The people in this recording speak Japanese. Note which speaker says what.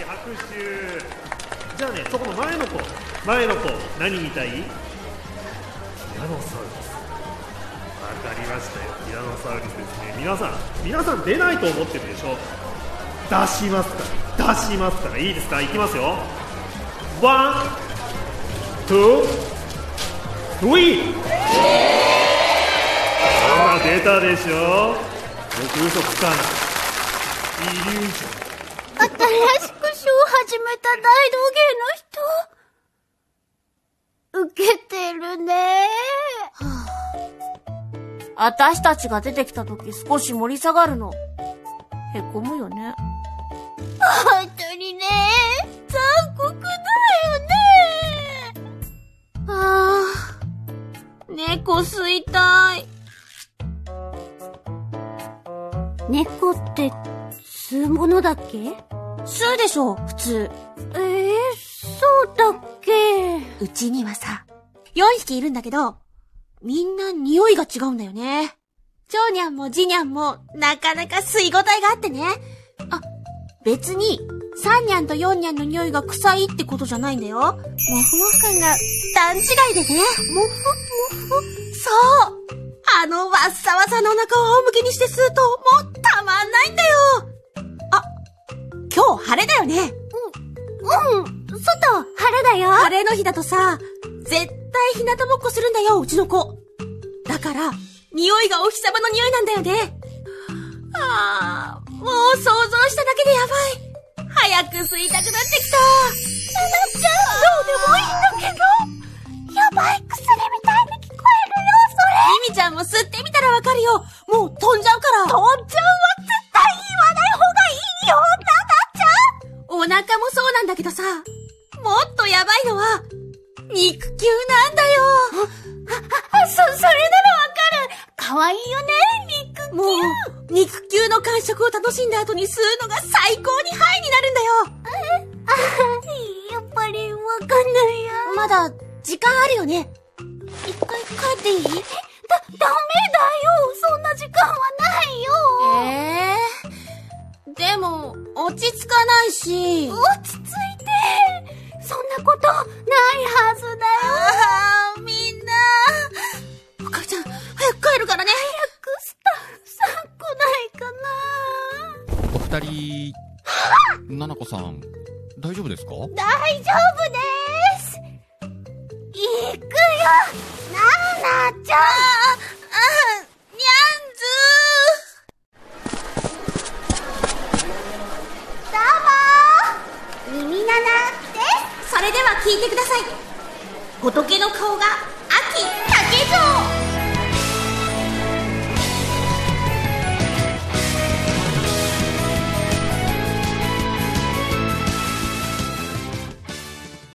Speaker 1: 手じゃあねそこの前の子前の子何みたいティラノサウルスわかりましたよティラノサウルスですね皆さん皆さん出ないと思ってるでしょ出しますから出しますからいいですかいきますよワンツースリーほら出たでしょ僕嘘つかないイリュージョン
Speaker 2: 新しくショーを始めた大道芸の人。受けてるね。
Speaker 3: 私たちが出てきた時少し盛り下がるの。へこむよね。
Speaker 2: 本当にね。残酷だよね。
Speaker 3: ああ、猫吸いたい。
Speaker 2: 猫って、吸うものだっけ
Speaker 3: 吸うでしょ、普通。
Speaker 2: ええそうだっけ
Speaker 3: うちにはさ、4匹いるんだけど、みんな匂いが違うんだよね。長にゃんも次にゃんも、なかなか吸いごたえがあってね。あ、別に、三にゃんと四にゃんの匂いが臭いってことじゃないんだよ。もふもふ感が段違いでね。もふもふそうあのわっさわさのお腹を仰向けにして吸うと、もうたまんないんだよあ、今日晴れだよね
Speaker 2: うん、外、晴れだよ。
Speaker 3: 晴れの日だとさ、絶対日向ぼっこするんだよ、うちの子。だから、匂いがお日様の匂いなんだよね。ああ、もう想像しただけでやばい。早く吸いたくなってきた。ななちゃん、どうでもいいんだけど。やばい、薬みたいに聞こえるよ、それ。ミミちゃんも吸ってみたらわかるよ。もう飛んじゃうから。飛んじゃうは絶対言わない方がいいよ、ななちゃん。お腹もそうなんだけどさ、もっとやばいのは、肉球なんだよ。
Speaker 2: あ、そ、それならわかる。かわいいよね、肉球。
Speaker 3: もう、肉球の感触を楽しんだ後に吸うのが最高にハイになるんだよ。
Speaker 2: あ、やっぱりわかんないや。
Speaker 3: まだ、時間あるよね。
Speaker 2: 一回帰っていいだ、ダメだよそんな時間はないよ
Speaker 3: ええでも、落ち着かないし。
Speaker 2: 落ち着いてそんなことないはずだよ
Speaker 3: ああ、みんな。お母ちゃん、早く帰るからね。
Speaker 2: くスタッフさん来ないかな
Speaker 4: お二人、ななこさん、大丈夫ですか
Speaker 2: 大丈夫です行くよななちゃん
Speaker 3: にゃ
Speaker 2: どうも耳ななです
Speaker 3: んずーそれでは聞いてください。仏の顔が、秋竹城